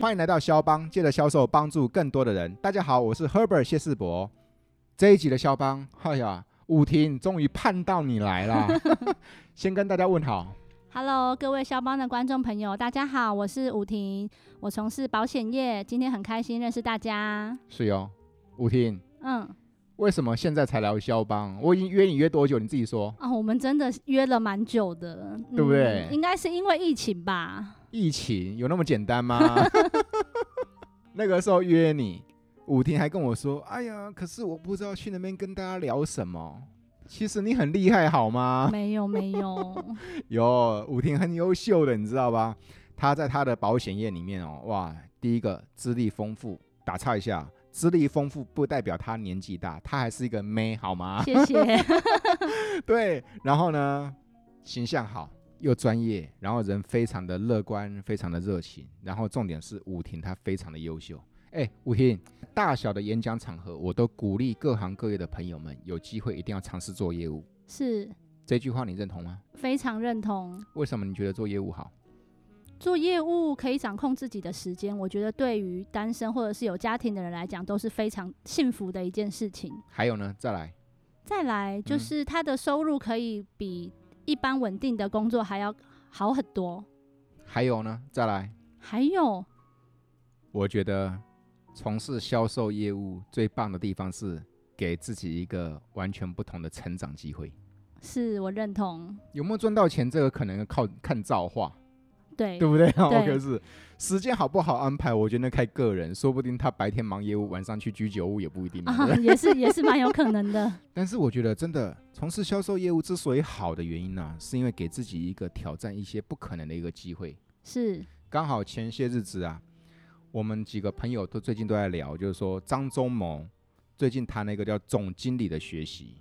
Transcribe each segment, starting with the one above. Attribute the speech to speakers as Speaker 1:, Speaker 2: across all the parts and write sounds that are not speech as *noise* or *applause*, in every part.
Speaker 1: 欢迎来到肖邦，借着销售帮助更多的人。大家好，我是 Herbert 谢世博。这一集的肖邦，哎呀，舞婷终于盼到你来啦！ *laughs* 先跟大家问好。
Speaker 2: Hello，各位肖邦的观众朋友，大家好，我是吴婷，我从事保险业，今天很开心认识大家。
Speaker 1: 是哟、哦，舞婷，
Speaker 2: 嗯，
Speaker 1: 为什么现在才聊肖邦？我已经约你约多久？你自己说。
Speaker 2: 啊、我们真的约了蛮久的，嗯
Speaker 1: 对不对
Speaker 2: 应该是因为疫情吧？
Speaker 1: *laughs* 疫情有那么简单吗？ *laughs* 那个时候约你，舞婷还跟我说：“哎呀，可是我不知道去那边跟大家聊什么。”其实你很厉害，好吗？
Speaker 2: 没有，没有，
Speaker 1: *laughs* 有，舞婷很优秀的，你知道吧？她在她的保险业里面哦，哇，第一个资历丰富，打岔一下，资历丰富不代表她年纪大，她还是一个妹，好吗？ *laughs*
Speaker 2: 谢谢。 *laughs*
Speaker 1: 对，然后呢，形象好又专业，然后人非常的乐观，非常的热情，然后重点是舞婷她非常的优秀。哎，舞婷，大小的演讲场合，我都鼓励各行各业的朋友们，有机会一定要尝试做业务。
Speaker 2: 是
Speaker 1: 这句话你认同吗？
Speaker 2: 非常认同，
Speaker 1: 为什么你觉得做业务好？
Speaker 2: 做业务可以掌控自己的时间，我觉得对于单身或者是有家庭的人来讲，都是非常幸福的一件事情。
Speaker 1: 还有呢，再来，
Speaker 2: 再来就
Speaker 1: 嗯
Speaker 2: 是他的收入可以比一般稳定的工作还要好很多。
Speaker 1: 还有呢，再来。
Speaker 2: 还有，
Speaker 1: 我觉得从事销售业务最棒的地方是给自己一个完全不同的成长机会。
Speaker 2: 是我认同，
Speaker 1: 有没有赚到钱，这个可能靠看造化。
Speaker 2: 对，
Speaker 1: 对不对？ *laughs* 哦
Speaker 2: 对
Speaker 1: 可是时间好不好安排，我觉得那看个人，说不定他白天忙业务，晚上去居酒屋也不一定嘛。对不
Speaker 2: 啊， *laughs*
Speaker 1: 对 *laughs*
Speaker 2: 也是也是蛮有可能的，
Speaker 1: 但是我觉得真的从事销售业务之所以好的原因呢、是因为给自己一个挑战一些不可能的一个机会。
Speaker 2: 是
Speaker 1: 刚好前些日子啊，我们几个朋友都最近都在聊，就是说张忠谋最近谈了一个叫总经理的学习。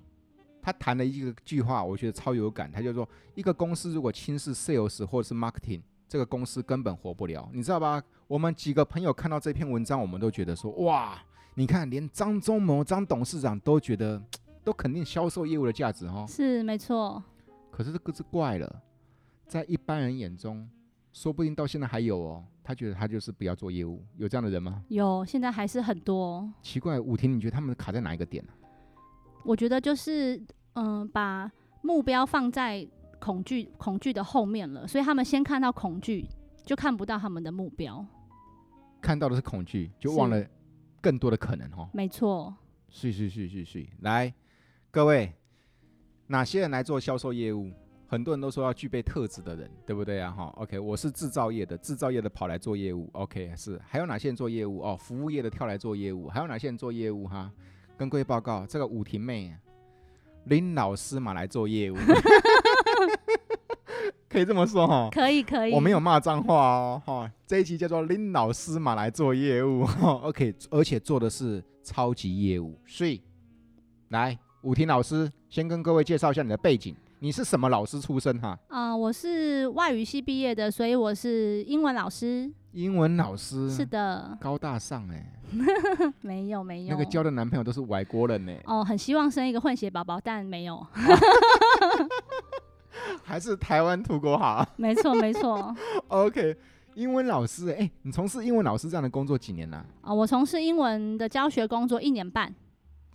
Speaker 1: 他谈了一个句话，我觉得超有感。他就说，一个公司如果轻视 sales 或者是 marketing，这个公司根本活不了，你知道吧？我们几个朋友看到这篇文章，我们都觉得说，哇，你看，连张忠谋张董事长都觉得，都肯定销售业务的价值哦。
Speaker 2: 是没错，
Speaker 1: 可是这个是怪了，在一般人眼中，说不定到现在还有哦。他觉得他就是不要做业务，有这样的人吗？
Speaker 2: 有现在还是很多，
Speaker 1: 奇怪，武婷，你觉得他们卡在哪一个点啊呢、
Speaker 2: 我觉得就是嗯、把目标放在恐惧恐惧的后面了，所以他们先看到恐惧，就看不到他们的目标，
Speaker 1: 看到的是恐惧，就是忘了更多的可能哦。
Speaker 2: 没错，
Speaker 1: 是是是是是，来，各位，哪些人来做销售业务？很多人都说要具备特质的人，对不对啊？哈，OK，我是制造业的，制造业的跑来做业务，OK，是。还有哪些人做业务？哦，服务业的跳来做业务，还有哪些人做业务？哈，跟各位报告，这个武婷妹，林老师嘛来做业务， *laughs* 可以这么说哈、哦。
Speaker 2: 可以可以，
Speaker 1: 我没有骂脏话哦，哈、这一集叫做林老师嘛来做业务、 *laughs* 哈 o k 而且做的是超级业务，所以来武婷老师先跟各位介绍一下你的背景，你是什么老师出身哈？
Speaker 2: 啊、我是外语系毕业的，所以我是英文老师，
Speaker 1: 英文老师
Speaker 2: 是的，
Speaker 1: 高大上哎、
Speaker 2: 没有没有，
Speaker 1: 那个交的男朋友都是外国人欸呢、
Speaker 2: 哦，很希望生一个混血宝宝，但没有，
Speaker 1: *laughs* 还是台湾土狗好
Speaker 2: 没错没错。
Speaker 1: *laughs* ？OK，英文老师哎、欸你从事英文老师这样的工作几年了、
Speaker 2: 啊、我从事英文的教学工作一年半，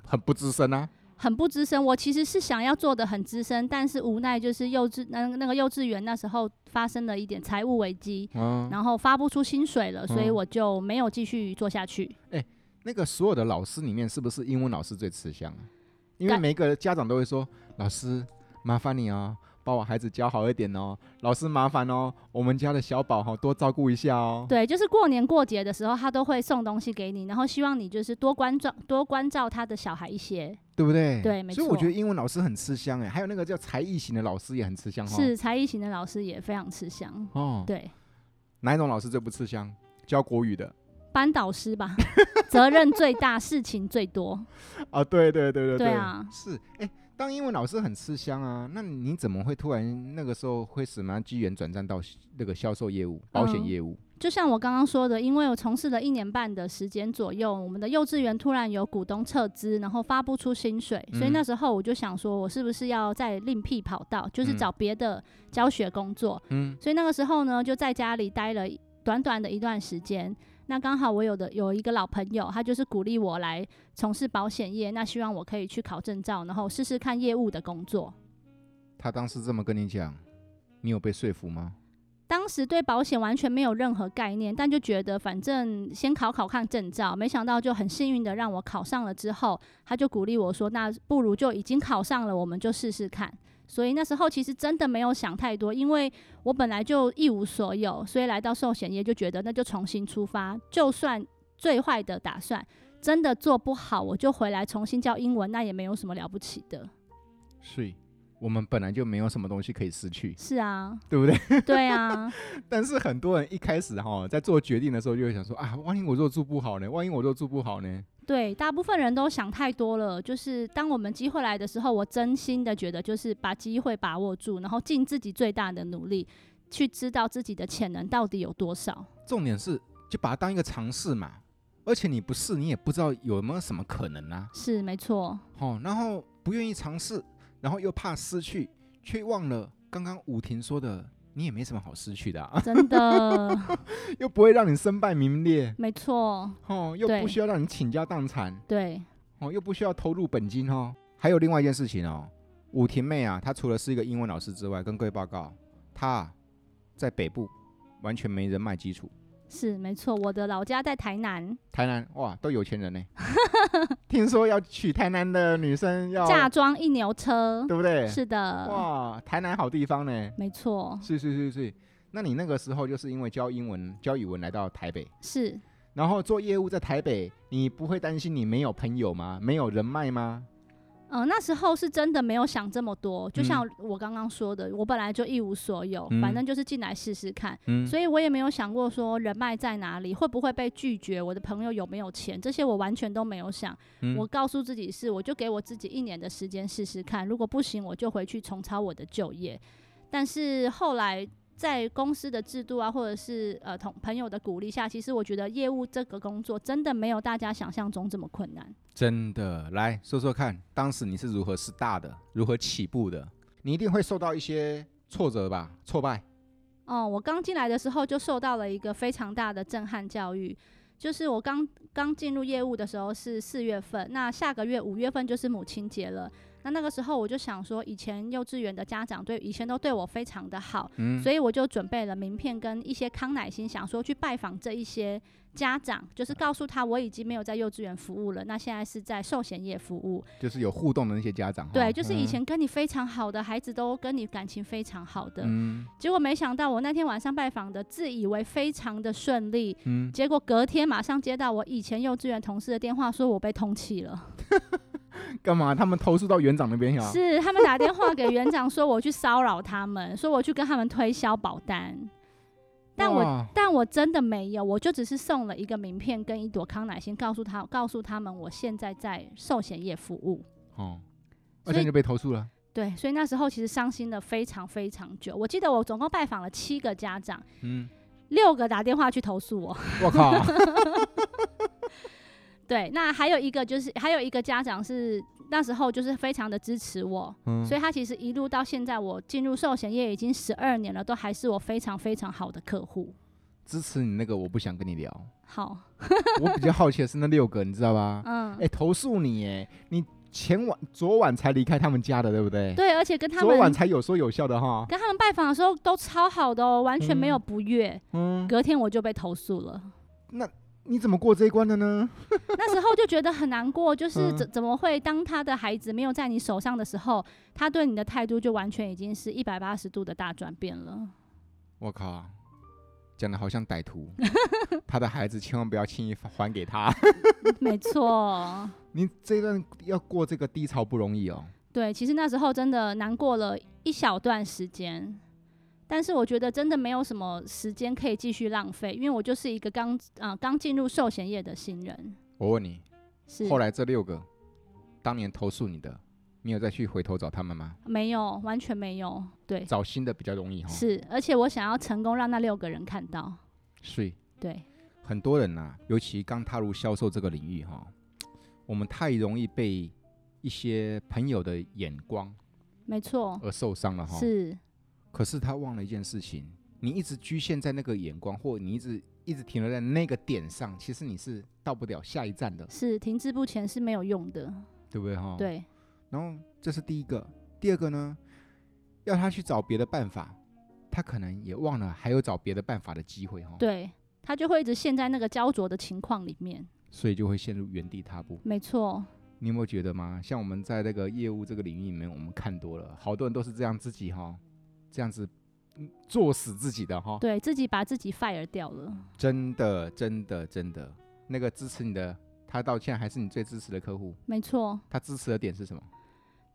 Speaker 1: 很不资深啊，
Speaker 2: 很不资深。我其实是想要做的很资深，但是无奈就是幼稚那那个幼稚园那时候发生了一点财务危机，
Speaker 1: 嗯，
Speaker 2: 然后发不出薪水了，所以
Speaker 1: 嗯
Speaker 2: 我就没有继续做下去。
Speaker 1: 那个所有的老师里面，是不是英文老师最吃香啊？因为
Speaker 2: 但
Speaker 1: 每个家长都会说：“老师，麻烦你哦，把我孩子教好一点哦。”老师麻烦哦，我们家的小宝哈、多照顾一下哦。
Speaker 2: 对，就是过年过节的时候，他都会送东西给你，然后希望你就是多关照多关照他的小孩一些。
Speaker 1: 对不对？
Speaker 2: 对没
Speaker 1: 所以我
Speaker 2: 错
Speaker 1: 觉得英文老师很吃香哎，还有那个叫才艺型的老师也很吃香哦。
Speaker 2: 是才艺型的老师也非常吃香。
Speaker 1: 哦，
Speaker 2: 对，
Speaker 1: 哪一种老师最不吃香？教国语的
Speaker 2: 班导师吧， *laughs* 责任最大，事情最多。
Speaker 1: 啊，对对对对
Speaker 2: 对啊
Speaker 1: 是哎。当英文老师很吃香啊，那你怎么会突然那个时候会什么样机缘转战到那个销售业务、保险
Speaker 2: 嗯
Speaker 1: 业务？
Speaker 2: 就像我刚刚说的，因为我从事了一年半的时间左右，我们的幼稚园突然有股东撤资，然后发不出薪水，
Speaker 1: 嗯
Speaker 2: 所以那时候我就想说，我是不是要再另辟跑道，就是
Speaker 1: 嗯
Speaker 2: 找别的教学工作。
Speaker 1: 嗯
Speaker 2: 所以那个时候呢，就在家里待了短短的一段时间，那刚好我有的有一个老朋友，他就是鼓励我来从事保险业，那希望我可以去考证照，然后试试看业务的工作。
Speaker 1: 他当时这么跟你讲，你有被说服吗？
Speaker 2: 当时对保险完全没有任何概念，但就觉得反正先考考看证照，没想到就很幸运的让我考上了。之后他就鼓励我说：“那不如就已经考上了，我们就试试看。”所以那时候其实真的没有想太多，因为我本来就一无所有，所以来到寿险业就觉得那就重新出发，就算最坏的打算真的做不好，我就回来重新教英文，那也没有什么了不起的。
Speaker 1: 是，我们本来就没有什么东西可以失去，
Speaker 2: 是啊，
Speaker 1: *laughs* 对不对？
Speaker 2: 对啊，
Speaker 1: 但是很多人一开始哈、在做决定的时候就会想说啊，万一我若做不好呢？万一我若做不好呢？
Speaker 2: 对，大部分人都想太多了。就是当我们机会来的时候，我真心的觉得，就是把机会把握住，然后尽自己最大的努力，去知道自己的潜能到底有多少。
Speaker 1: 重点是就把它当一个尝试嘛，而且你不试，你也不知道有没有什么可能啊。
Speaker 2: 是没错，
Speaker 1: 哦，然后不愿意尝试，然后又怕失去，却忘了刚刚武婷说的，你也没什么好失去的、啊， *laughs*
Speaker 2: 真的
Speaker 1: 又不会让你身败名裂，
Speaker 2: 没错，
Speaker 1: 哦，又
Speaker 2: 对
Speaker 1: 不需要让你倾家荡产，
Speaker 2: 对，
Speaker 1: 哦，又不需要投入本金哦。还有另外一件事情哦，武婷妹啊，她除了是一个英文老师之外，跟各位报告，她啊在北部完全没人脉基础，
Speaker 2: 是没错。我的老家在台南，
Speaker 1: 台南哇都有钱人
Speaker 2: *laughs*
Speaker 1: 呢，听说要娶台南的女生要，
Speaker 2: 嫁妆一牛车，
Speaker 1: 对不对？
Speaker 2: 是的，
Speaker 1: 哇，台南好地方呢，
Speaker 2: 没错，
Speaker 1: 是是是是。那你那个时候就是因为教英文、教语文来到台北，
Speaker 2: 是
Speaker 1: 然后做业务在台北，你不会担心你没有朋友吗？没有人脉吗？
Speaker 2: 嗯，那时候是真的没有想这么多，就像我刚刚说的，我本来就一无所有，
Speaker 1: 嗯
Speaker 2: 反正就是进来试试看，
Speaker 1: 嗯
Speaker 2: 所以我也没有想过说人脉在哪里，会不会被拒绝，我的朋友有没有钱，这些我完全都没有想。
Speaker 1: 嗯
Speaker 2: 我告诉自己是，我就给我自己一年的时间试试看，如果不行，我就回去重操我的就业。但是后来在公司的制度啊，或者是呃同朋友的鼓励下，其实我觉得业务这个工作真的没有大家想象中这么困难。
Speaker 1: 真的，来说说看，当时你是如何是大的，如何起步的？你一定会受到一些挫折吧，挫败。
Speaker 2: 哦，我刚进来的时候就受到了一个非常大的震撼教育，就是我刚刚进入业务的时候是四月份，那下个月五月份就是母亲节了。那那个时候我就想说，以前幼稚园的家长对以前都对我非常的好，
Speaker 1: 嗯
Speaker 2: 所以我就准备了名片跟一些康乃馨，想说去拜访这一些家长，就是告诉他我已经没有在幼稚园服务了，那现在是在寿险业服务。
Speaker 1: 就是有互动的那些家长哈。
Speaker 2: 对，就是以
Speaker 1: 嗯
Speaker 2: 前跟你非常好的孩子都跟你感情非常好的，
Speaker 1: 嗯
Speaker 2: 结果没想到我那天晚上拜访的自以为非常的顺利，
Speaker 1: 嗯，
Speaker 2: 结果隔天马上接到我以前幼稚园同事的电话，说我被通缉了。
Speaker 1: 干嘛？他们投诉到园长那边去啊？
Speaker 2: 是他们打电话给园长说我去骚扰
Speaker 1: *laughs*
Speaker 2: 他们，说我去跟他们推销保单，但我
Speaker 1: 哇
Speaker 2: 但我真的没有，我就只是送了一个名片跟一朵康乃馨，告诉他告诉他们我现在在寿险业服务。
Speaker 1: 哦，而
Speaker 2: 所以
Speaker 1: 且你就被投诉了。
Speaker 2: 对，所以那时候其实伤心了非常非常久。我记得我总共拜访了七个家长，
Speaker 1: 嗯，
Speaker 2: 六个打电话去投诉我。
Speaker 1: 我靠，
Speaker 2: 对，那还有一个就是还有一个家长是那时候就是非常的支持我，
Speaker 1: 嗯
Speaker 2: 所以他其实一路到现在，我进入寿险业已经十二年了，都还是我非常非常好的客户。
Speaker 1: 支持你那个，我不想跟你聊。
Speaker 2: 好，
Speaker 1: 我比较好奇的是那六个，你知道吧？
Speaker 2: 嗯
Speaker 1: 哎、，投诉你哎，你前晚昨晚才离开他们家的，对不对？
Speaker 2: 对，而且跟他
Speaker 1: 昨
Speaker 2: 们
Speaker 1: 晚才有说有笑的哈。
Speaker 2: 跟他们拜访的时候都超好的哦，完全没有
Speaker 1: 嗯
Speaker 2: 不悦，
Speaker 1: 嗯，
Speaker 2: 隔天我就被投诉了。
Speaker 1: 你怎么过这一关的呢？
Speaker 2: 那时候就觉得很难过，就是
Speaker 1: 嗯
Speaker 2: 怎怎么会当他的孩子没有在你手上的时候，他对你的态度就完全已经是一百八十度的大转变了。
Speaker 1: 我靠，讲的好像歹
Speaker 2: *laughs*
Speaker 1: 徒，他的孩子千万不要轻易还给他。 *laughs*
Speaker 2: 没错。
Speaker 1: 你这段要过这个低潮不容易哦。
Speaker 2: 对，其实那时候真的难过了一小段时间，但是我觉得真的没有什么时间可以继续浪费，因为我就是一个刚啊刚进入寿险业的新人。
Speaker 1: 我问你，
Speaker 2: 是，
Speaker 1: 后来这六个当年投诉你的，你有再去回头找他们吗？
Speaker 2: 没有，完全没有。对，
Speaker 1: 找新的比较容易哈、哦。
Speaker 2: 是，而且我想要成功让那六个人看到。
Speaker 1: 是，
Speaker 2: 对，
Speaker 1: 很多人呐、啊尤其刚踏入销售这个领域哈、哦我们太容易被一些朋友的眼光
Speaker 2: 没错，
Speaker 1: 而受伤了哈、哦
Speaker 2: 是
Speaker 1: 可是他忘了一件事情，你一直局限在那个眼光，或你一直一直停留在那个点上，其实你是到不了下一站的，
Speaker 2: 是停滞不前是没有用的。
Speaker 1: 对不对哈？。
Speaker 2: 对，
Speaker 1: 然后这是第一个，第二个呢，要他去找别的办法，他可能也忘了还有找别的办法的机会哈。。
Speaker 2: 对他就会一直陷在那个焦灼的情况里面。
Speaker 1: 所以就会陷入原地踏步。
Speaker 2: 没错，
Speaker 1: 你有没有觉得吗？像我们在那个业务这个领域里面，我们看多了，好多人都是这样自己哈，这样子嗯作死自己的哈。
Speaker 2: 对自己把自己 fire 掉了。
Speaker 1: 真的，真的，真的，那个支持你的，他到现在还是你最支持的客户，
Speaker 2: 没错，
Speaker 1: 他支持的点是什么？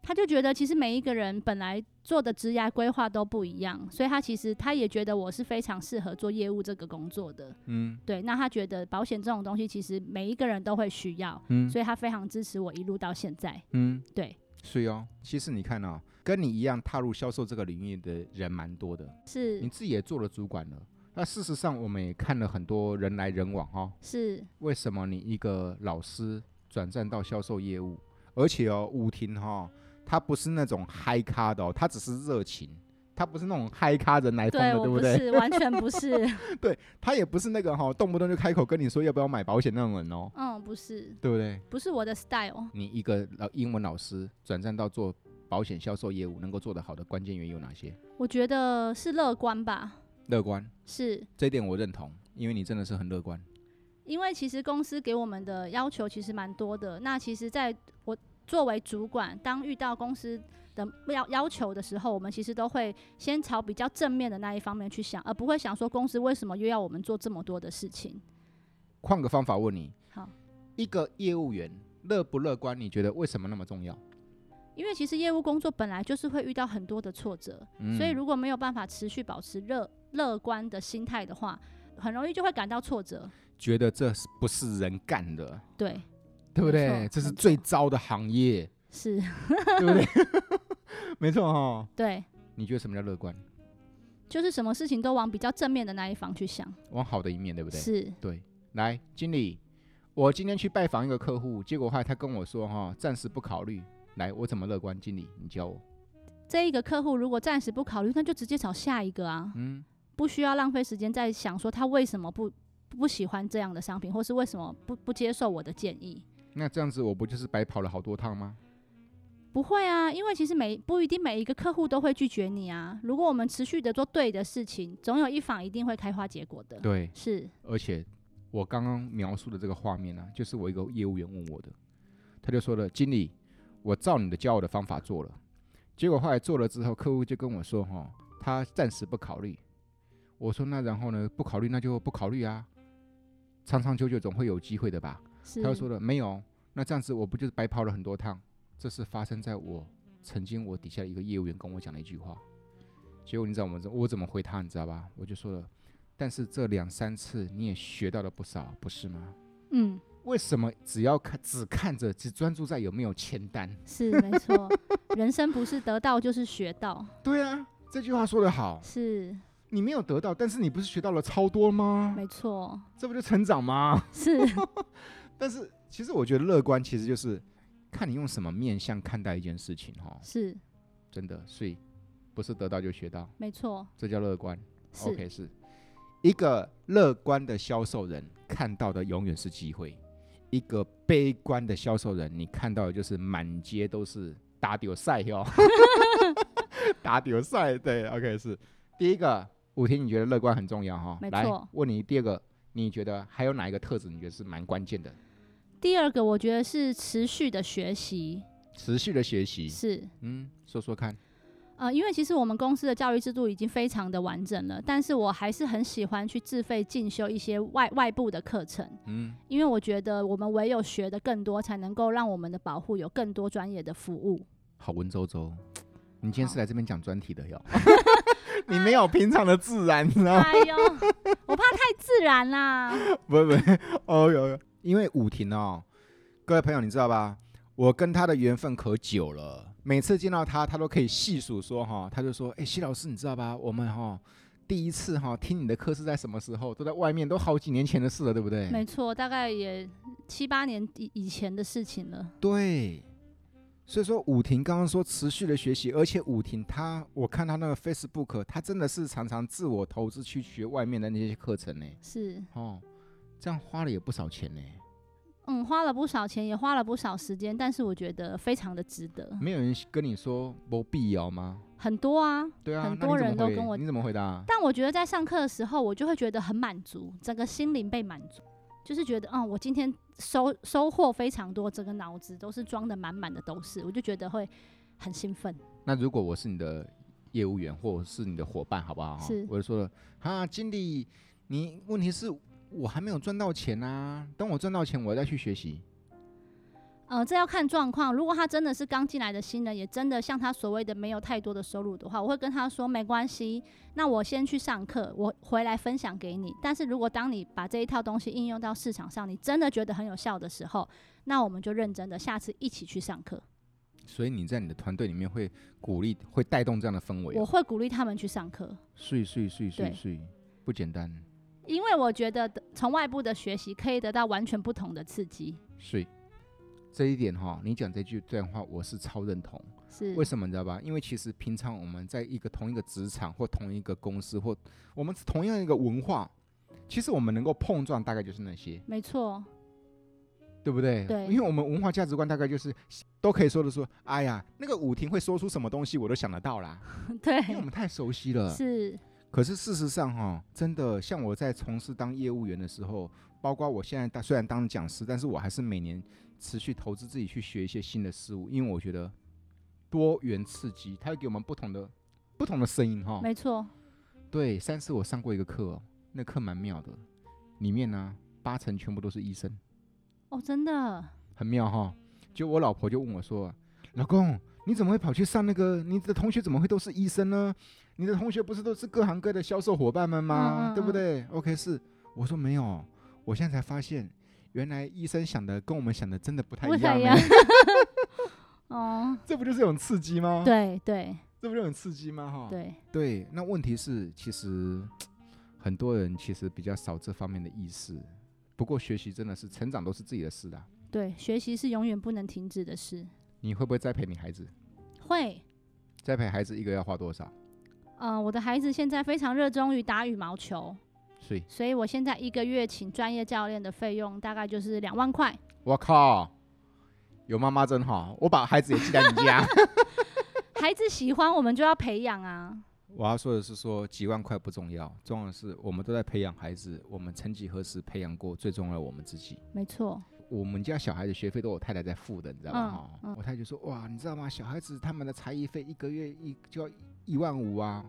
Speaker 2: 他就觉得其实每一个人本来做的职涯规划都不一样，所以他其实他也觉得我是非常适合做业务这个工作的。
Speaker 1: 嗯
Speaker 2: 对，那他觉得保险这种东西其实每一个人都会需要，
Speaker 1: 嗯
Speaker 2: 所以他非常支持我一路到现在。
Speaker 1: 嗯，
Speaker 2: 对，
Speaker 1: 所以哦，其实你看哦，跟你一样踏入销售这个领域的人蛮多的，
Speaker 2: 是
Speaker 1: 你自己也做了主管了。那事实上，我们也看了很多人来人往哈、哦，
Speaker 2: 是，
Speaker 1: 为什么你一个老师转战到销售业务，而且哦，舞厅哈、他不是那种嗨咖的哦，他只是热情，他不是那种嗨咖人来疯
Speaker 2: 对
Speaker 1: 的，
Speaker 2: 我
Speaker 1: 对
Speaker 2: 不
Speaker 1: 对？
Speaker 2: 是，完全不是，
Speaker 1: *laughs* 他也不是那个哈、动不动就开口跟你说要不要买保险那种人哦，
Speaker 2: 嗯，不是，
Speaker 1: 对不对？
Speaker 2: 不是我的 style。
Speaker 1: 你一个老英文老师转战到做保险销售业务，能够做得好的关键原因有哪些？
Speaker 2: 我觉得是乐观吧，
Speaker 1: 乐观，
Speaker 2: 是
Speaker 1: 这一点我认同，因为你真的是很乐观。
Speaker 2: 因为其实公司给我们的要求其实蛮多的。那其实，在我作为主管，当遇到公司的要要求的时候，我们其实都会先朝比较正面的那一方面去想，而不会想说公司为什么又要我们做这么多的事情。
Speaker 1: 换个方法问你，
Speaker 2: 好，
Speaker 1: 一个业务员乐不乐观，你觉得为什么那么重要？
Speaker 2: 因为其实业务工作本来就是会遇到很多的挫折，
Speaker 1: 嗯
Speaker 2: 所以如果没有办法持续保持乐乐观的心态的话，很容易就会感到挫折。
Speaker 1: 觉得这是不是人干的，
Speaker 2: 对，
Speaker 1: 对不
Speaker 2: 没
Speaker 1: 对？
Speaker 2: 错
Speaker 1: 这是
Speaker 2: 没错
Speaker 1: 最糟的行业，
Speaker 2: 是，
Speaker 1: 对不对？ *laughs* 没错哈、哦。
Speaker 2: 对，
Speaker 1: 你觉得什么叫乐观？
Speaker 2: 就是什么事情都往比较正面的那一方去想。
Speaker 1: 往好的一面，对不对？
Speaker 2: 是，
Speaker 1: 对。来，经理，我今天去拜访一个客户，结果后来他跟我说哈、暂时不考虑。来，我怎么乐观？经理，你教我。
Speaker 2: 这一个客户如果暂时不考虑，那就直接找下一个啊，
Speaker 1: 嗯，
Speaker 2: 不需要浪费时间在想说他为什么不不喜欢这样的商品，或是为什么不不接受我的建议。
Speaker 1: 那这样子我不就是白跑了好多趟吗？
Speaker 2: 不会啊，因为其实每不一定每一个客户都会拒绝你啊。如果我们持续的做对的事情，总有一方一定会开花结果的。
Speaker 1: 对，
Speaker 2: 是
Speaker 1: 而且我刚刚描述的这个画面呢、就是我一个业务员问我的，他就说了：“经理，我照你的教我的方法做了，结果后来做了之后，客户就跟我说，哈、他暂时不考虑。”我说：“那然后呢？不考虑那就不考虑啊，长长久久总会有机会的吧？”
Speaker 2: 是，
Speaker 1: 他就说了：“没有，那这样子我不就是白跑了很多趟？”这是发生在我曾经我底下一个业务员跟我讲的一句话。结果你知道我们怎我怎么回他，你知道吧？我就说了，但是这两三次你也学到了不少，不是吗？
Speaker 2: 嗯，
Speaker 1: 为什么只要看只看着只专注在有没有签单？
Speaker 2: 是没错， *laughs* 人生不是得到就是学到，
Speaker 1: 对啊，这句话说得好，
Speaker 2: 是
Speaker 1: 你没有得到，但是你不是学到了超多吗？
Speaker 2: 没错，
Speaker 1: 这不就成长吗？
Speaker 2: 是
Speaker 1: 但是其实我觉得乐观其实就是看你用什么面向看待一件事情哈、哦。
Speaker 2: 是
Speaker 1: 真的，所以不是得到就学到，
Speaker 2: 没错，
Speaker 1: 这叫乐观。
Speaker 2: 是
Speaker 1: OK，是一个乐观的销售人看到的永远是机会，一个悲观的销售人，你看到的就是满街都是打丢赛
Speaker 2: *laughs*
Speaker 1: 哟，打丢赛。对，OK，是第一个。武婷，你觉得乐观很重要哈？
Speaker 2: 没
Speaker 1: 来
Speaker 2: 错
Speaker 1: 问你第二个，你觉得还有哪一个特质你觉得是蛮关键的？
Speaker 2: 第二个，我觉得是持续的学习，
Speaker 1: 持续的学习，
Speaker 2: 是
Speaker 1: 嗯，说说看，
Speaker 2: 呃，因为其实我们公司的教育制度已经非常的完整了，但是我还是很喜欢去自费进修一些外外部的课程，
Speaker 1: 嗯，
Speaker 2: 因为我觉得我们唯有学的更多，才能够让我们的保护有更多专业的服务。
Speaker 1: 好文绉绉。你今天是
Speaker 2: 好
Speaker 1: 来这边讲专题的哟，你没有平常的自然，你知道吗？ *laughs*
Speaker 2: 哎呦，我怕太自然啦、
Speaker 1: 不不， *laughs* 哦哟哟，因为武婷哦，各位朋友你知道吧？我跟他的缘分可久了，每次见到他，他都可以细数说哈、他就说，哎，谢老师你知道吧？我们哈、第一次哈、听你的课是在什么时候？都在外面，都好几年前的事了，对不对？
Speaker 2: 没错，大概也七八年以以前的事情了。
Speaker 1: 对，所以说，武婷刚刚说持续的学习，而且武婷她，我看她那个 Facebook，她真的是常常自我投资去学外面的那些课程呢。
Speaker 2: 是，
Speaker 1: 哦，这样花了也不少钱呢。
Speaker 2: 嗯，花了不少钱，也花了不少时间，但是我觉得非常的值得。
Speaker 1: 没有人跟你说不必要吗？
Speaker 2: 很多啊，
Speaker 1: 对啊，
Speaker 2: 很
Speaker 1: 那
Speaker 2: 多
Speaker 1: 你怎么
Speaker 2: 人都
Speaker 1: 回
Speaker 2: 跟我
Speaker 1: 你怎么回答？啊
Speaker 2: 但我觉得在上课的时候，我就会觉得很满足，整个心灵被满足，就是觉得，嗯，我今天收收获非常多，整个脑子都是装的满满的，都是，我就觉得会很兴奋。
Speaker 1: 那如果我是你的业务员或者是你的伙伴，好不好？
Speaker 2: 是
Speaker 1: 我就说了，啊，经理，你问题是我还没有赚到钱啊，等我赚到钱，我再去学习。
Speaker 2: 呃，这要看状况。如果他真的是刚进来的新人，也真的像他所谓的没有太多的收入的话，我会跟他说没关系，那我先去上课，我回来分享给你。但是如果当你把这一套东西应用到市场上，你真的觉得很有效的时候，那我们就认真的下次一起去上课。
Speaker 1: 所以你在你的团队里面会鼓励，会带动这样的氛围、
Speaker 2: 我
Speaker 1: 哦。
Speaker 2: 会鼓励他们去上课，
Speaker 1: 睡睡睡睡
Speaker 2: 对
Speaker 1: 睡，不简单。
Speaker 2: 因为我觉得的从外部的学习可以得到完全不同的刺激。
Speaker 1: 睡这一点哈、你讲这句这样的话，我是超认同。
Speaker 2: 是
Speaker 1: 为什么你知道吧？因为其实平常我们在一个同一个职场或同一个公司或我们同样一个文化，其实我们能够碰撞大概就是那些，
Speaker 2: 没错， *laughs*
Speaker 1: 对不对？
Speaker 2: 对
Speaker 1: 因为我们文化价值观大概就是都可以说的说，哎呀，那个舞婷会说出什么东西，我都想得到啦，
Speaker 2: 对，
Speaker 1: 因为我们太熟悉了。
Speaker 2: 是
Speaker 1: 可是事实上、哈，真的像我在从事当业务员的时候，包括我现在当虽然当讲师，但是我还是每年持续投资自己去学一些新的事物，因为我觉得多元刺激，它会给我们不同的不同的声音哈。
Speaker 2: 没错，
Speaker 1: 对，三次我上过一个课、哦，那课蛮妙的，里面呢、八成全部都是医生，
Speaker 2: 哦，真的
Speaker 1: 很妙哈。就我老婆就问我说：“老公，你怎么会跑去上那个？你的同学怎么会都是医生呢？你的同学不是都是各行各业的销售伙伴们吗？
Speaker 2: 嗯嗯
Speaker 1: 对不
Speaker 2: 嗯
Speaker 1: 对？”OK，是我说没有，我现在才发现，原来医生想的跟我们想的真的不太
Speaker 2: 不
Speaker 1: 一样
Speaker 2: 太一
Speaker 1: 呢。
Speaker 2: 样哦，
Speaker 1: *laughs* 这不就是一种刺激吗？，
Speaker 2: 对对
Speaker 1: 这不就很刺激吗？哈，
Speaker 2: 对，
Speaker 1: 对。那问题是，其实很多人其实比较少这方面的意识。不过学习真的是成长，都是自己的事啦。
Speaker 2: 对，学习是永远不能停止的事。
Speaker 1: 你会不会栽培你孩子？
Speaker 2: 会，
Speaker 1: 栽培孩子一个要花多少？
Speaker 2: 呃，我的孩子现在非常热衷于打羽毛球，
Speaker 1: 所以
Speaker 2: 所以我现在一个月请专业教练的费用大概就是两万块。 *laughs*
Speaker 1: 我靠，有妈妈真好，我把孩子也寄来你家。
Speaker 2: 孩子喜欢，我们就要培养啊。
Speaker 1: 我要说的是说，几万块不重要，重要的是我们都在培养孩子，我们曾几何时培养过最重要的我们自己。
Speaker 2: 没错，
Speaker 1: 我们家小孩的学费都我太太在付的，你知道吗？哈、
Speaker 2: 嗯嗯
Speaker 1: 我太太就说：“哇，你知道吗？小孩子他们的才艺费一个月一就要一万五啊。”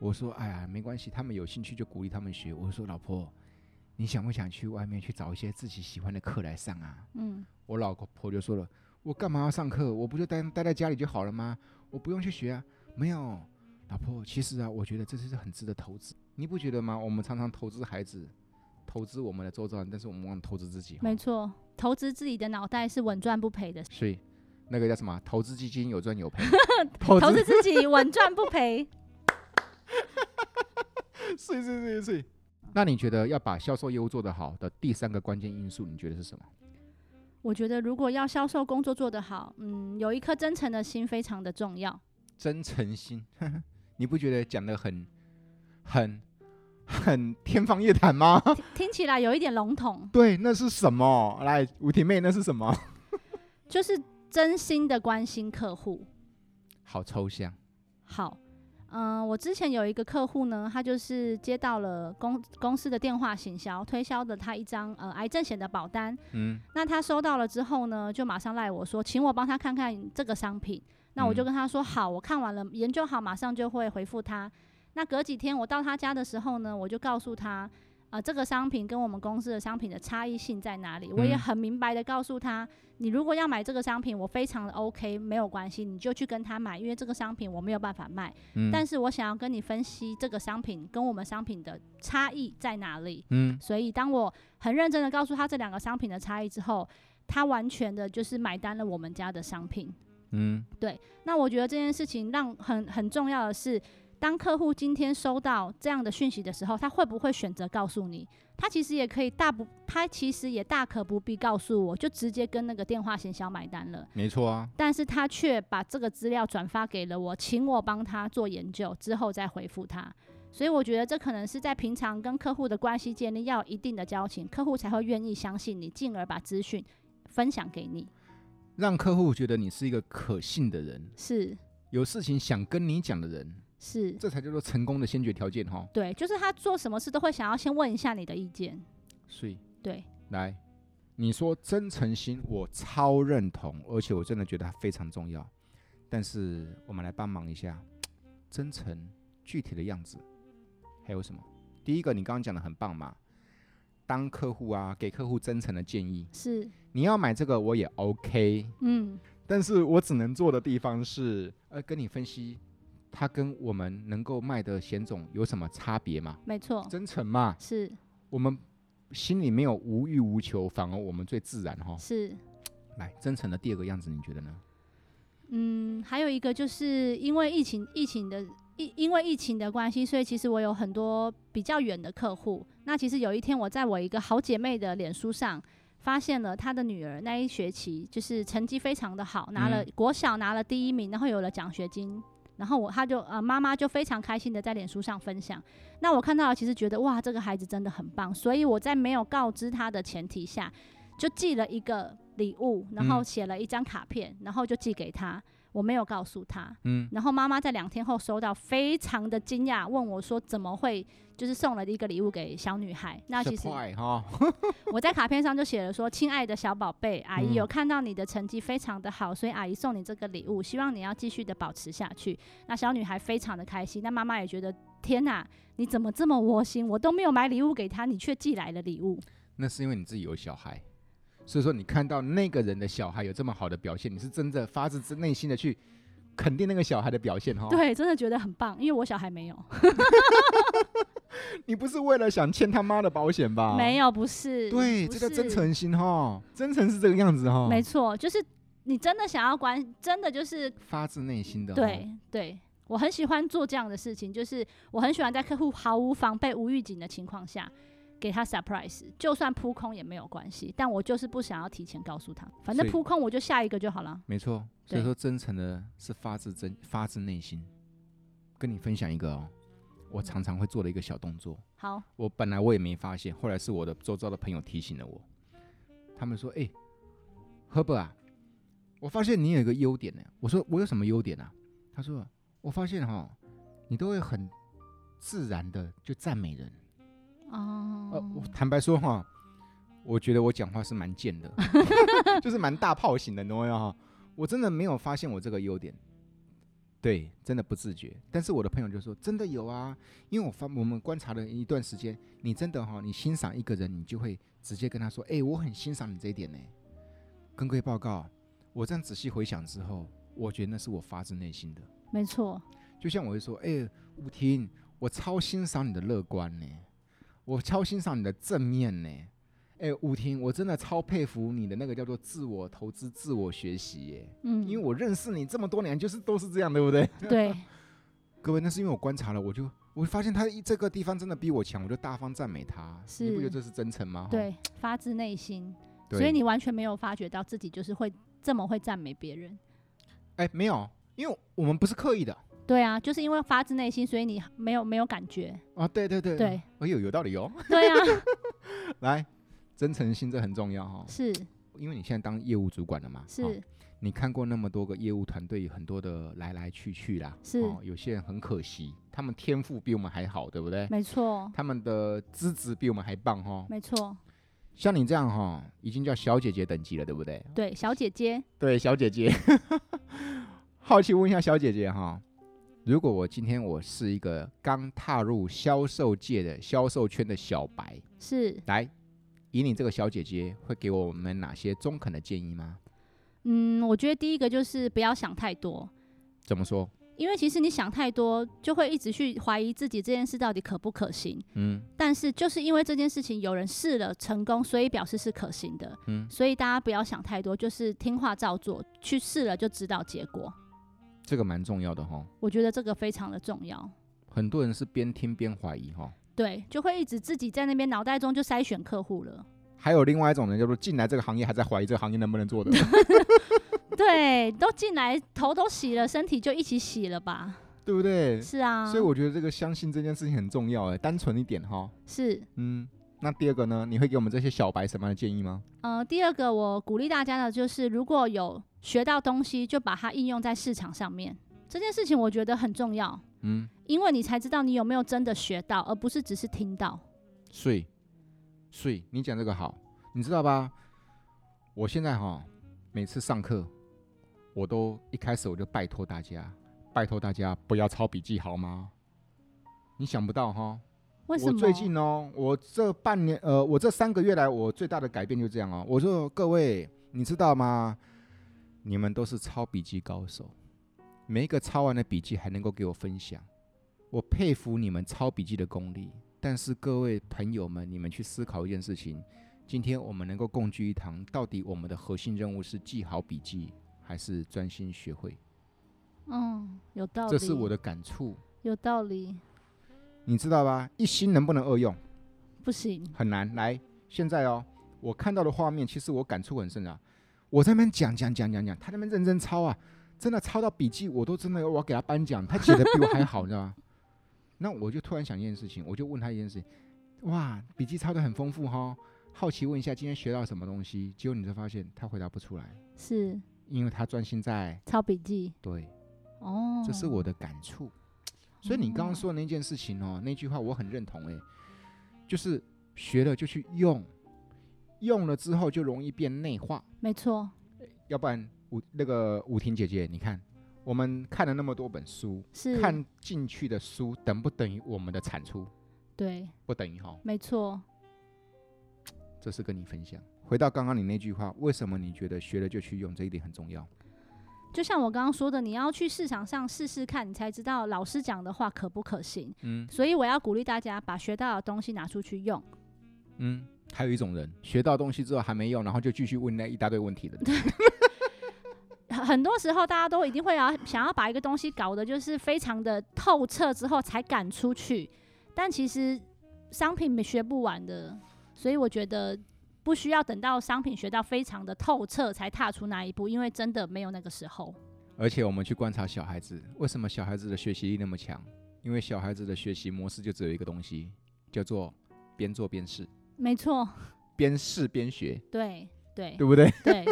Speaker 1: 我说：“哎呀，没关系，他们有兴趣就鼓励他们学。”我说：“老婆，你想不想去外面去找一些自己喜欢的课来上啊？”
Speaker 2: 嗯，
Speaker 1: 我老婆就说了：“我干嘛要上课？我不就待待在家里就好了吗？我不用去学啊。”没有，老婆，其实啊，我觉得这是很值得投资，你不觉得吗？我们常常投资孩子，投资我们的周遭人，但是我们忘了投资自己。
Speaker 2: 没，错，投资自己的脑袋是稳赚不赔的，
Speaker 1: 所以那个叫什么？投资基金有赚有赔，
Speaker 2: *laughs*
Speaker 1: 投
Speaker 2: 投
Speaker 1: 资
Speaker 2: 资自己稳赚不赔。
Speaker 1: *laughs* 是是是是。那你觉得要把销售业务做得好的第三个关键因素，你觉得是什么？
Speaker 2: 我觉得如果要销售工作做得好，嗯，有一颗真诚的心非常的重要。
Speaker 1: 真诚心， *laughs* 你不觉得讲的很很很天方夜谭吗？
Speaker 2: 听听起来有一点笼统，
Speaker 1: 对，那是什么？来，吴婷妹，那是什么？
Speaker 2: 就是真心的关心客户。
Speaker 1: *laughs* 好抽象。
Speaker 2: 好，嗯、我之前有一个客户呢，他就是接到了公公司的电话行销推销的他一张呃癌症险的保单，
Speaker 1: 嗯，
Speaker 2: 那他收到了之后呢，就马上赖我说，请我帮他看看这个商品。那我就
Speaker 1: 嗯
Speaker 2: 跟他说好，我看完了，研究好，马上就会回复他。那隔几天我到他家的时候呢，我就告诉他，呃，这个商品跟我们公司的商品的差异性在哪里。我也
Speaker 1: 嗯
Speaker 2: 很明白的告诉他，你如果要买这个商品，我非常的 OK，没有关系，你就去跟他买，因为这个商品我没有办法卖。
Speaker 1: 嗯
Speaker 2: 但是我想要跟你分析这个商品跟我们商品的差异在哪里。
Speaker 1: 嗯，
Speaker 2: 所以当我很认真的告诉他这两个商品的差异之后，他完全的就是买单了我们家的商品。
Speaker 1: 嗯，
Speaker 2: 那我觉得这件事情让很很重要的是，当客户今天收到这样的讯息的时候，他会不会选择告诉你？他其实也可以大不，他其实也大可不必告诉我，就直接跟那个电话行销买单了。
Speaker 1: 没错啊，
Speaker 2: 但是他却把这个资料转发给了我，请我帮他做研究，之后再回复他。所以我觉得这可能是在平常跟客户的关系建立要有一定的交情，客户才会愿意相信你，进而把资讯分享给你。
Speaker 1: 让客户觉得你是一个可信的人，
Speaker 2: 是
Speaker 1: 有事情想跟你讲的人，
Speaker 2: 是，
Speaker 1: 这才叫做成功的先决条件哈。
Speaker 2: 对，就是他做什么事都会想要先问一下你的意见。
Speaker 1: 所以
Speaker 2: 对，
Speaker 1: 来，你说真诚心，我超认同，而且我真的觉得它非常重要。但是我们来帮忙一下，真诚具体的样子还有什么？第一个，你刚刚讲的很棒嘛，当客户啊，给客户真诚的建议，
Speaker 2: 是，
Speaker 1: 你要买这个我也 OK，
Speaker 2: 嗯，
Speaker 1: 但是我只能做的地方是，呃，跟你分析它跟我们能够卖的险种有什么差别嘛？
Speaker 2: 没错，
Speaker 1: 真诚嘛，
Speaker 2: 是
Speaker 1: 我们心里没有无欲无求，反而我们最自然哈、
Speaker 2: 是。
Speaker 1: 来，真诚的第二个样子，你觉得呢？
Speaker 2: 嗯，还有一个就是因为疫情，疫情的疫，因为疫情的关系，所以其实我有很多比较远的客户。那其实有一天，我在我一个好姐妹的脸书上发现了她的女儿那一学期就是成绩非常的好，拿了
Speaker 1: 嗯
Speaker 2: 国小拿了第一名，然后有了奖学金。然后我她就呃妈妈就非常开心的在脸书上分享，那我看到了其实觉得哇这个孩子真的很棒，所以我在没有告知她的前提下，就寄了一个礼物，然后
Speaker 1: 嗯
Speaker 2: 写了一张卡片，然后就寄给他。我没有告诉他，
Speaker 1: 嗯，
Speaker 2: 然后妈妈在两天后收到，非常的惊讶，问我说怎么会就是送了一个礼物给小女孩？那其实
Speaker 1: Surprise，哈、
Speaker 2: 我在卡片上就写了说，亲爱的小宝贝，阿姨
Speaker 1: 嗯
Speaker 2: 有看到你的成绩非常的好，所以阿姨送你这个礼物，希望你要继续的保持下去。那小女孩非常的开心，那妈妈也觉得天哪，你怎么这么窝心？我都没有买礼物给她，你却寄来了礼物。
Speaker 1: 那是因为你自己有小孩，所以说你看到那个人的小孩有这么好的表现，你是真的发自内心的去肯定那个小孩的表现哈、，
Speaker 2: 对，真的觉得很棒，因为我小孩没有。
Speaker 1: 你不是为了想欠他妈的保险吧？
Speaker 2: 没。有，不是，
Speaker 1: 对，
Speaker 2: 不
Speaker 1: 这叫
Speaker 2: 是
Speaker 1: 真，诚心哈，真诚是这个样子哈，
Speaker 2: 没错，就是你真的想要关，真的就是
Speaker 1: 发自内心的齁。
Speaker 2: 对对，我很喜欢做这样的事情，就是我很喜欢在客户毫无防备、无预警的情况下。给他 surprise，就算扑空也没有关系，但我就是不想要提前告诉他，反正
Speaker 1: 所以
Speaker 2: 扑空我就下一个就好了。
Speaker 1: 没错，所以
Speaker 2: 对
Speaker 1: 说真诚的是发自真发自内心。跟你分享一个哦，我常常会做的一个小动作，
Speaker 2: 好，
Speaker 1: 我本来我也没发现，后来是我的周遭的朋友提醒了我，他们说：“哎、赫伯啊，我发现你有一个优点呢。”我说：“我有什么优点啊？”他说：“我发现哈、你都会很自然的就赞美人。
Speaker 2: 哦、
Speaker 1: 呃，我坦白说哈，我觉得我讲话是蛮贱的， *laughs* 就是蛮大炮型的，你懂我意思哈。我真的没有发现我这个优点，对，真的不自觉。但是我的朋友就说，真的有啊，因为我发我们观察了一段时间，你真的哈，你欣赏一个人，你就会直接跟他说，哎、我很欣赏你这一点呢、跟各位报告，我这样仔细回想之后，我觉得那是我发自内心的。
Speaker 2: 没错，
Speaker 1: 就像我会说，哎、吴婷，我超欣赏你的乐观呢、我超欣赏你的正面呢、哎、吴婷，我真的超佩服你的那个叫做自我投资、自我学习耶、
Speaker 2: 嗯，
Speaker 1: 因为我认识你这么多年，就是都是这样，对不对？ *laughs*
Speaker 2: 对
Speaker 1: 各位，那是因为我观察了，我就我发现他一这个地方真的比我强，我就大方赞美他。你不
Speaker 2: 是
Speaker 1: 觉得这是真诚吗？
Speaker 2: 对，发自内心，
Speaker 1: 对，
Speaker 2: 所以你完全没有发觉到自己就是会这么会赞美别人。
Speaker 1: 哎、没有，因为我们不是刻意的
Speaker 2: 对啊，就是因为发自内心，所以你没有没有感觉。
Speaker 1: 啊。对对对
Speaker 2: 对，
Speaker 1: 哎呦，有道理哦。 *laughs*
Speaker 2: 对啊，
Speaker 1: 来，真诚心这很重要哈、
Speaker 2: 是
Speaker 1: 因为你现在当业务主管了嘛，哦
Speaker 2: 是
Speaker 1: 你看过那么多个业务团队，有很多的来来去去啦，
Speaker 2: 是
Speaker 1: 哦，有些人很可惜，他们天赋比我们还好，对不对？
Speaker 2: 没错，
Speaker 1: 他们的资质比我们还棒哦。*laughs*
Speaker 2: 没错，
Speaker 1: 像你这样哈、哦已经叫小姐姐等级了，对不对？
Speaker 2: 对，小姐姐，
Speaker 1: 对，小姐姐。 *laughs* 好奇问一下小姐姐哈、如果我今天我是一个刚踏入销售界的销售圈的小白，
Speaker 2: 是，
Speaker 1: 来，以你这个小姐姐，会给我们哪些中肯的建议吗？
Speaker 2: 嗯，我觉得第一个就是不要想太多，
Speaker 1: 怎么说？
Speaker 2: 因为其实你想太多，就会一直去怀疑自己这件事到底可不可行。
Speaker 1: 嗯
Speaker 2: 但是就是因为这件事情有人试了成功，所以表示是可行的，
Speaker 1: 嗯，
Speaker 2: 所以大家不要想太多，就是听话照做，去试了就知道结果。
Speaker 1: 这个蛮重要的哈、哦
Speaker 2: 我觉得这个非常的重要。
Speaker 1: 很多人是边听边怀疑哈、
Speaker 2: 对，就会一直自己在那边脑袋中就筛选客户了。
Speaker 1: 还有另外一种人叫做进来这个行业还在怀疑这个行业能不能 *laughs* 做的，
Speaker 2: 对，都进来头都洗了，身体就一起洗了吧？
Speaker 1: 对不对？
Speaker 2: 是啊，
Speaker 1: 所以我觉得这个相信这件事情很重要哎，单纯一点哈。
Speaker 2: 是
Speaker 1: 嗯，那第二个呢？你会给我们这些小白什么样的建议吗？
Speaker 2: 呃，第二个我鼓励大家的就是，如果有学到东西，就把它应用在市场上面，这件事情我觉得很重要，
Speaker 1: 嗯，
Speaker 2: 因为你才知道你有没有真的学到，而不是只是听到。
Speaker 1: 睡睡，你讲这个好，你知道吧？我现在哈，每次上课，我都一开始我就拜托大家，拜托大家不要抄笔记好吗？你想不到哈，
Speaker 2: 为什
Speaker 1: 我
Speaker 2: 么？
Speaker 1: 最近哦，我这半年，呃，我这三个月来，我最大的改变就这样哦。我说各位，你知道吗？你们都是抄笔记高手，每一个抄完的笔记还能够给我分享，我佩服你们抄笔记的功力。但是各位朋友们，你们去思考一件事情：今天我们能够共聚一堂，到底我们的核心任务是记好笔记，还是专心学会？
Speaker 2: 嗯，有道理，
Speaker 1: 这是我的感触，
Speaker 2: 有道理，
Speaker 1: 你知道吧？一心能不能二用？
Speaker 2: 不行，
Speaker 1: 很难。来，现在哦，我看到的画面，其实我感触很深啊。我在那边讲讲讲讲讲，他在那边认真抄啊，真的抄到笔记，我都真的我要给他颁奖，他写的比我还好，你知道吗？那我就突然想一件事情，我就问他一件事情，哇，笔记抄的很丰富哈、好奇问一下今天学到什么东西？结果你就发现他回答不出来，
Speaker 2: 是
Speaker 1: 因为他专心在
Speaker 2: 抄笔记
Speaker 1: 对，
Speaker 2: 哦。
Speaker 1: 这是我的感触。所以你刚刚说的那件事情哦，那句话我很认同诶，欸就是学了就去用，用了之后就容易变内化。
Speaker 2: 没错，
Speaker 1: 要不然武那个武婷姐姐，你看我们看了那么多本书，
Speaker 2: 是
Speaker 1: 看进去的书等不等于我们的产出？
Speaker 2: 对，
Speaker 1: 不等于哈、
Speaker 2: 没错，
Speaker 1: 这是跟你分享。回到刚刚你那句话，为什么你觉得学了就去用这一点很重要？
Speaker 2: 就像我刚刚说的，你要去市场上试试看，你才知道老师讲的话可不可行。
Speaker 1: 嗯
Speaker 2: 所以我要鼓励大家把学到的东西拿出去用。
Speaker 1: 嗯，还有一种人学到东西之后还没用，然后就继续问那一大堆问题的人。
Speaker 2: 很多时候大家都一定会要想要把一个东西搞得就是非常的透彻之后才敢出去，但其实商品学不完的，所以我觉得不需要等到商品学到非常的透彻才踏出那一步，因为真的没有那个时候。
Speaker 1: 而且我们去观察小孩子，为什么小孩子的学习力那么强？因为小孩子的学习模式就只有一个东西，叫做边做边试，
Speaker 2: 没错，
Speaker 1: 边试边学，
Speaker 2: 对对
Speaker 1: 对不对？ *laughs*
Speaker 2: 对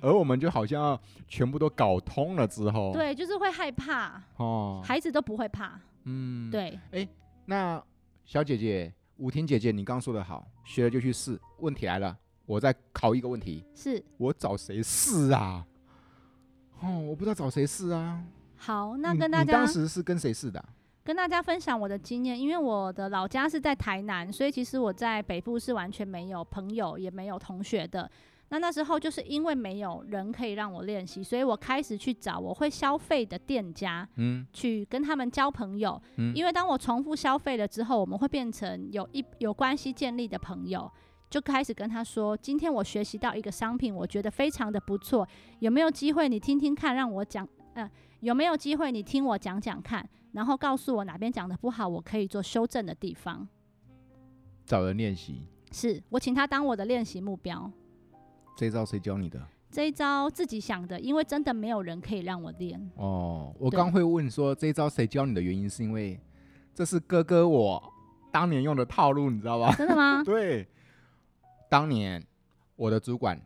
Speaker 1: 而我们就好像要全部都搞通了之后，，
Speaker 2: 对，就是会害怕，
Speaker 1: 哦，
Speaker 2: 孩子都不会怕。
Speaker 1: 嗯，。
Speaker 2: 对，
Speaker 1: 那小姐姐，吴婷姐姐，你刚说的好，学了就去试。问题来了，我再考一个问题，
Speaker 2: 是
Speaker 1: 我找谁试啊？哦，我不知道找谁试啊。
Speaker 2: 好。那
Speaker 1: 你
Speaker 2: 跟大
Speaker 1: 你
Speaker 2: 家
Speaker 1: 当时是跟谁试的啊、
Speaker 2: 跟大家分享我的经验，因为我的老家是在台南，所以其实我在北部是完全没有朋友，也没有同学的。那那时候就是因为没有人可以让我练习，所以我开始去找我会消费的店家
Speaker 1: 嗯
Speaker 2: 去跟他们交朋友。
Speaker 1: 嗯
Speaker 2: 因为当我重复消费了之后，我们会变成有一有关系建立的朋友，就开始跟他说：今天我学习到一个商品，我觉得非常的不错，有没有机会你听听看，让我讲，呃，有没有机会你听我讲讲看，然后告诉我哪边讲的不好，我可以做修正的地方。
Speaker 1: 找人练习，
Speaker 2: 是我请他当我的练习目标，
Speaker 1: 这一招谁教你的？
Speaker 2: 这一招自己想的，因为真的没有人可以让我练。
Speaker 1: 哦，我
Speaker 2: 对
Speaker 1: 刚会问说这一招谁教你的原因，是因为这是哥哥我当年用的套路，你知道吧？？
Speaker 2: 真的吗
Speaker 1: *laughs* 对，当年我的主管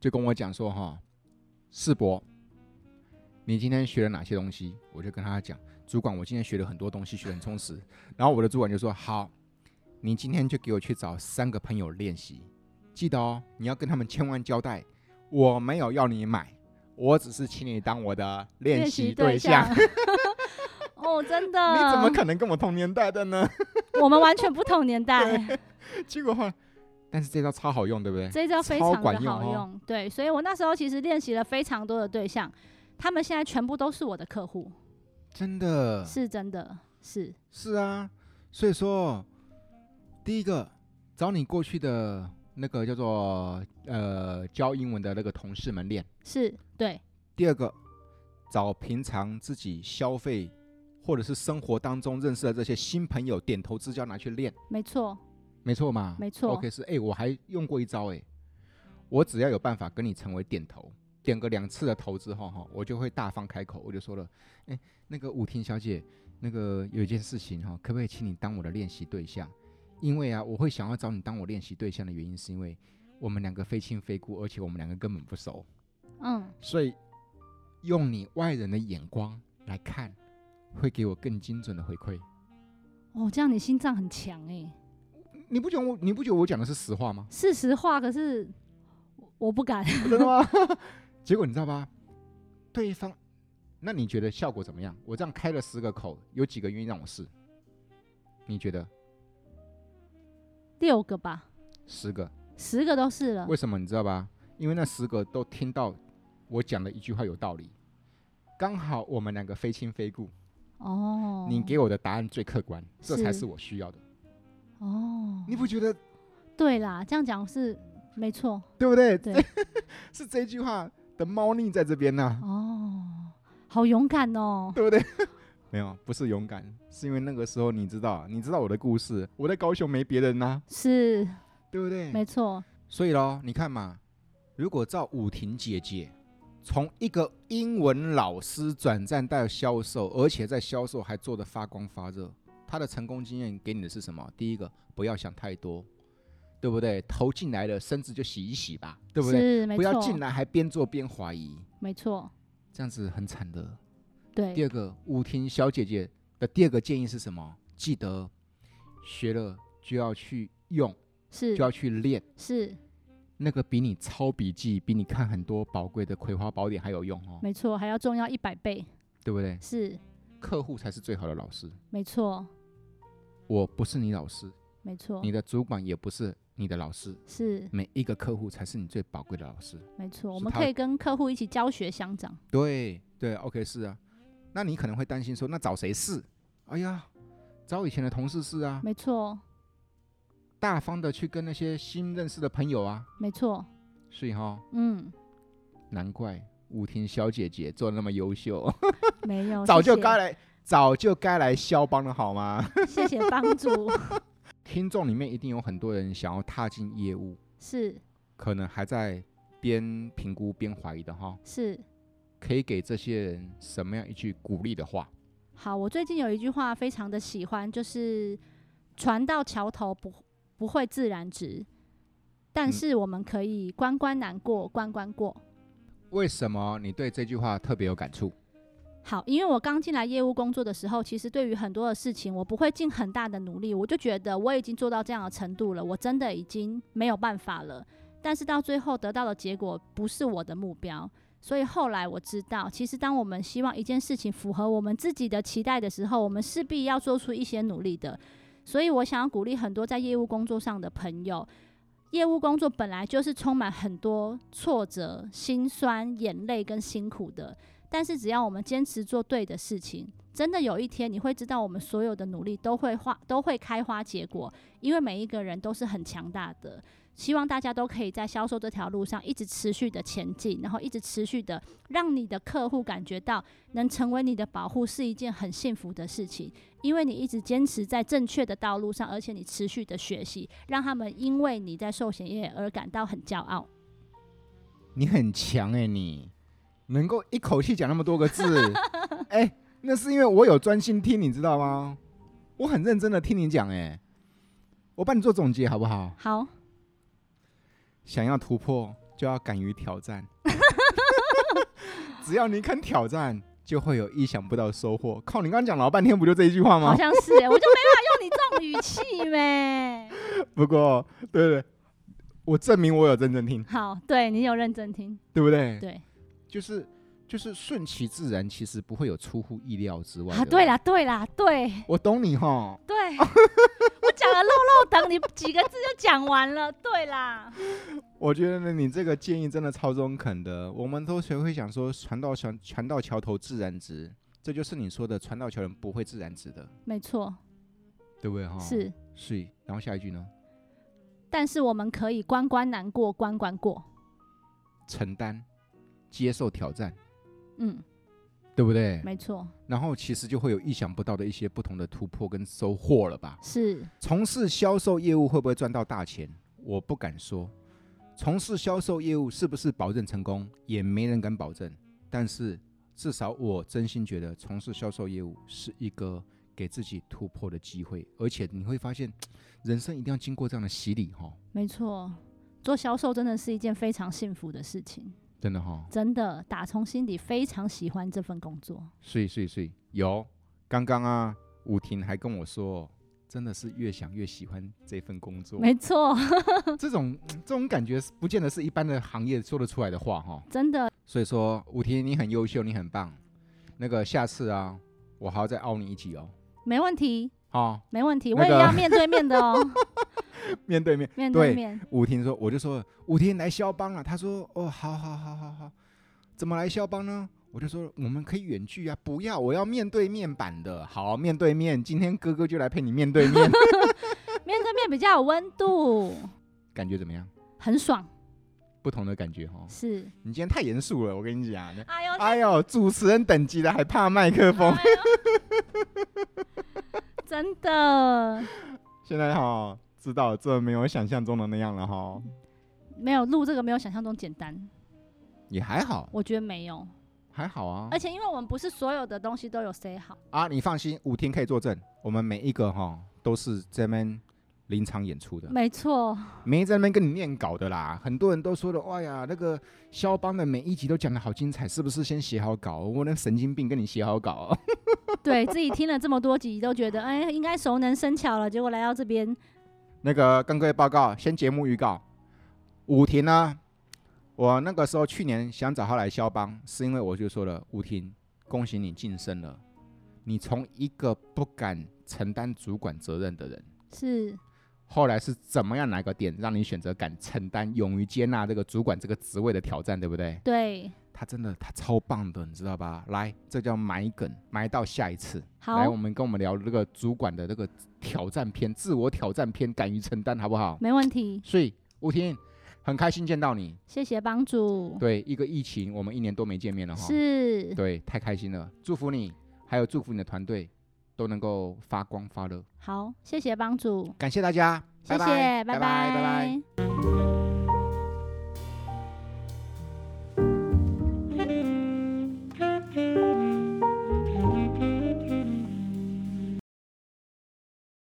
Speaker 1: 就跟我讲说，哈，世博，你今天学了哪些东西？我就跟他讲，主管，我今天学了很多东西，学得很充实。然后我的主管就说，好，你今天就给我去找三个朋友练习，记得哦，你要跟他们千万交代，我没有要你买，我只是请你当我的练习对象。
Speaker 2: 练 *laughs* 哦，真
Speaker 1: *laughs*
Speaker 2: 的？
Speaker 1: 你怎么可能跟我同年代的呢？ *laughs*
Speaker 2: 我们完全不同年代。
Speaker 1: 结果后来，但是这招超好用，对不对？
Speaker 2: 这一招非
Speaker 1: 哎超
Speaker 2: 常的
Speaker 1: 管用
Speaker 2: 好
Speaker 1: 哦
Speaker 2: 用，对，所以我那时候其实练习了非常多的对象，他们现在全部都是我的客户，
Speaker 1: 真的
Speaker 2: 是真的，是
Speaker 1: 是啊，所以说，第一个找你过去的那个叫做呃教英文的那个同事们练；
Speaker 2: 是，对，
Speaker 1: 第二个找平常自己消费或者是生活当中认识的这些新朋友点头之交拿去练，
Speaker 2: 没错，
Speaker 1: 没错嘛？
Speaker 2: 没错
Speaker 1: OK，是哎、我还用过一招哎、我只要有办法跟你成为点头，点个两次的头之后哈，我就会大方开口，我就说了，哎、那个武婷小姐，那个有一件事情哈，可不可以请你当我的练习对象？因为啊，我会想要找你当我练习对象的原因，是因为我们两个非亲非故，而且我们两个根本不熟。
Speaker 2: 嗯，
Speaker 1: 所以用你外人的眼光来看，会给我更精准的回馈。
Speaker 2: 哦，这样你心脏很强哎、？
Speaker 1: 你不觉得我你不觉得我讲的是实话吗
Speaker 2: 是实话，可是我我不敢。 *laughs*
Speaker 1: *laughs* 真的吗？结果你知道吧？对方，那你觉得效果怎么样？我这样开了十个口，有几个愿意让我试？你觉得
Speaker 2: 六个吧，
Speaker 1: 十个？
Speaker 2: 十个都是了
Speaker 1: 为。什么你知道吧？因为那十个都听到我讲的一句话有道理，刚好我们两个非亲非故，
Speaker 2: 哦，
Speaker 1: 你给我的答案最客观，这才
Speaker 2: 是
Speaker 1: 是我需要的。
Speaker 2: 哦，
Speaker 1: 你不觉得
Speaker 2: 对啦，这样讲是没
Speaker 1: *laughs*
Speaker 2: 错
Speaker 1: 对不对？
Speaker 2: 对
Speaker 1: 这，是这句话的猫腻在这边呢、
Speaker 2: 哦，好勇敢哦。
Speaker 1: 对不 *laughs* 对？没有，不是勇敢，是因为那个时候你知道，你知道我的故事，我在高雄没别人啊呐、
Speaker 2: 是，
Speaker 1: 对不对？
Speaker 2: 没错，
Speaker 1: 所以咯，你看嘛，如果照武婷姐姐从一个英文老师转战到销售，而且在销售还做得发光发热，她的成功经验给你的是什么？第一个，不要想太多，对不对？投进来了，身子就洗一洗吧，对不对？
Speaker 2: 是没
Speaker 1: 不要进
Speaker 2: 错，
Speaker 1: 来还边做边怀疑，
Speaker 2: 没错，
Speaker 1: 这样子很惨的。第
Speaker 2: 对，
Speaker 1: 二个，舞厅小姐姐的第二个建议是什么？记得学了就要去用，
Speaker 2: 是
Speaker 1: 就要去练，
Speaker 2: 是
Speaker 1: 那个比你抄笔记、比你看很多宝贵的《葵花宝典》还有用哦，
Speaker 2: 没错，还要重要一百倍，
Speaker 1: 对不对？
Speaker 2: 是
Speaker 1: 客户才是最好的老师。
Speaker 2: 没错，
Speaker 1: 我不是你老师，
Speaker 2: 没错，
Speaker 1: 你的主管也不是你的老师，
Speaker 2: 是
Speaker 1: 每一个客户才是你最宝贵的老师。
Speaker 2: 没错，我
Speaker 1: 是
Speaker 2: 们
Speaker 1: 他
Speaker 2: 可以跟客户一起教学相长。
Speaker 1: 对对，OK 是啊。那你可能会担心说，那找谁试？哎呀，找以前的同事试啊，
Speaker 2: 没错，
Speaker 1: 大方的去跟那些新认识的朋友啊。
Speaker 2: 没错，
Speaker 1: 所以哈、
Speaker 2: 嗯，
Speaker 1: 难怪武婷小姐姐做得那么优秀，
Speaker 2: 没有，
Speaker 1: 早
Speaker 2: 哦谢
Speaker 1: 就
Speaker 2: 谢
Speaker 1: 该来，早就该来肖邦了，好吗？
Speaker 2: 谢谢帮助， *laughs*
Speaker 1: 听众里面一定有很多人想要踏进业务，
Speaker 2: 是
Speaker 1: 可能还在边评估边怀疑的哈，
Speaker 2: 是。
Speaker 1: 可以给这些人什么样一句鼓励的话？
Speaker 2: 好，我最近有一句话非常的喜欢，就是“船到桥头不不会自然直”，但
Speaker 1: 嗯
Speaker 2: 是我们可以关关难过关关过。
Speaker 1: 为什么你对这句话特别有感触？
Speaker 2: 好，因为我刚进来业务工作的时候，其实对于很多的事情，我不会尽很大的努力，我就觉得我已经做到这样的程度了，我真的已经没有办法了。但是到最后得到的结果不是我的目标，所以后来我知道，其实当我们希望一件事情符合我们自己的期待的时候，我们势必要做出一些努力的。所以我想要鼓励很多在业务工作上的朋友，业务工作本来就是充满很多挫折、辛酸、眼泪跟辛苦的。但是只要我们坚持做对的事情，真的有一天你会知道，我们所有的努力都会花，都会开花结果，因为每一个人都是很强大的。希望大家都可以在销售这条路上一直持续的前进，然后一直持续的让你的客户感觉到能成为你的保护是一件很幸福的事情，因为你一直坚持在正确的道路上，而且你持续的学习，让他们因为你在寿险业而感到很骄傲。
Speaker 1: 你很强哎、你能够一口气讲那么多 *laughs* 个字，哎、那是因为我有专心听，你知道吗？我很认真的听你讲哎、我帮你做总结好不好？
Speaker 2: 好，
Speaker 1: 想要突破，就要敢于挑
Speaker 2: *laughs*
Speaker 1: 战。只要你肯挑战，就会有意想不到的收获。靠，你刚刚讲老半天，不就这一句话
Speaker 2: 好
Speaker 1: 吗？
Speaker 2: 像是、欸，我就没法用你这种语气 *laughs* 欸呗。
Speaker 1: 不过，对对，我证明我有认真听，
Speaker 2: 好，对你有认真听，
Speaker 1: 对不对？
Speaker 2: 对
Speaker 1: 就是就是顺其自然，其实不会有出乎意料之外的。
Speaker 2: 啊，对，啦，对啦，对
Speaker 1: 我懂你哈。
Speaker 2: 对，
Speaker 1: *laughs*
Speaker 2: 我讲了漏漏等你几个字就讲完了，对啦，
Speaker 1: 我觉得呢，你这个建议真的超中肯的。我们都学会想说，船到船船到桥头自然直，这就是你说的船到桥头不会自然直的，
Speaker 2: 没错，
Speaker 1: 对不对哈？
Speaker 2: 是，
Speaker 1: 是。然后下一句呢？
Speaker 2: 但是我们可以关关难过关关过，
Speaker 1: 承担、接受挑战，
Speaker 2: 嗯，
Speaker 1: 对不对？
Speaker 2: 没错，
Speaker 1: 然后其实就会有意想不到的一些不同的突破跟收获了吧？
Speaker 2: 是
Speaker 1: 从事销售业务会不会赚到大钱？我不敢说。从事销售业务是不是保证成功，也没人敢保证。但是至少我真心觉得，从事销售业务是一个给自己突破的机会，而且你会发现，人生一定要经过这样的洗礼哈、哦，
Speaker 2: 没错。做销售真的是一件非常幸福的事情，
Speaker 1: 真的哈、哦。
Speaker 2: 真的打从心底非常喜欢这份工作。
Speaker 1: 所以，所以，所以有刚刚啊，武婷还跟我说，真的是越想越喜欢这份工作。
Speaker 2: 没错，
Speaker 1: 这种嗯这种感觉，不见得是一般的行业说得出来的话哈、哦。
Speaker 2: 真的
Speaker 1: 所以说，武婷你很优秀，你很棒。那个下次啊，我还要再凹你一集哦。
Speaker 2: 没问题，
Speaker 1: 好、
Speaker 2: 没问题，
Speaker 1: 那
Speaker 2: 我也
Speaker 1: 个
Speaker 2: 要面对面
Speaker 1: *laughs*
Speaker 2: 的哦，
Speaker 1: 面对面。
Speaker 2: 面
Speaker 1: 对
Speaker 2: 对面。
Speaker 1: 武婷说，我就说武婷来肖邦了、他说哦，好好好好好，怎么来肖邦呢？我就说我们可以远距啊，不要，我要面对面版的。好，面对面，今天哥哥就来陪你面对面， *laughs*
Speaker 2: 面对面比较有温度，
Speaker 1: 感觉怎么样？
Speaker 2: 很爽。
Speaker 1: 不同的感觉哦。
Speaker 2: 是，
Speaker 1: 你今天太严肃了，我跟你讲。
Speaker 2: 哎呦，
Speaker 1: 哎呦，主持人等级的还怕麦克风？
Speaker 2: 啊 *laughs* 真的
Speaker 1: 现在哈、知道这没有想象中的那样了哈、
Speaker 2: 没有录这个没有想象中简单，
Speaker 1: 也还好，
Speaker 2: 我觉得没有。
Speaker 1: 还好啊
Speaker 2: 而且因为我们不是所有的东西都有 say 好，
Speaker 1: 啊！你放心，五天可以作证，我们每一个哈、都是这边临场演出的，
Speaker 2: 没错，
Speaker 1: 没在那边跟你念稿的啦。很多人都说了，哎呀，那个肖邦的每一集都讲的好精彩，是不是先写好稿？我那神经病跟你写好稿、哦， *laughs*
Speaker 2: 对自己听了这么多集都觉得，哎，应该熟能生巧了，结果来到这边，
Speaker 1: 那个跟各位报告，先节目预告，武婷呢，我那个时候去年想找他来肖邦，是因为我就说了，武婷，恭喜你晋升了，你从一个不敢承担主管责任的人，
Speaker 2: 是
Speaker 1: 后来是怎么样哪个点让你选择敢承担、勇于接纳这个主管这个职位的挑战，对不对？
Speaker 2: 对，
Speaker 1: 他真的他超棒的，你知道吧？来，这叫埋梗，埋到下一次。
Speaker 2: 好
Speaker 1: 来，，我们跟我们聊这个主管的这个挑战篇、自我挑战篇，敢于承担，好不好？
Speaker 2: 没问题，
Speaker 1: 所以吴天很开心见到你。
Speaker 2: 谢谢帮主，
Speaker 1: 对，一个疫情，我们一年多没见面了哈。，
Speaker 2: 嗯是，
Speaker 1: 对，太开心了，祝福你，还有祝福你的团队都能够发光发热。
Speaker 2: 好，谢谢帮主，
Speaker 1: 感谢大家，
Speaker 2: 谢谢，
Speaker 1: 拜拜，拜拜，
Speaker 2: 拜
Speaker 1: 拜拜。
Speaker 2: 拜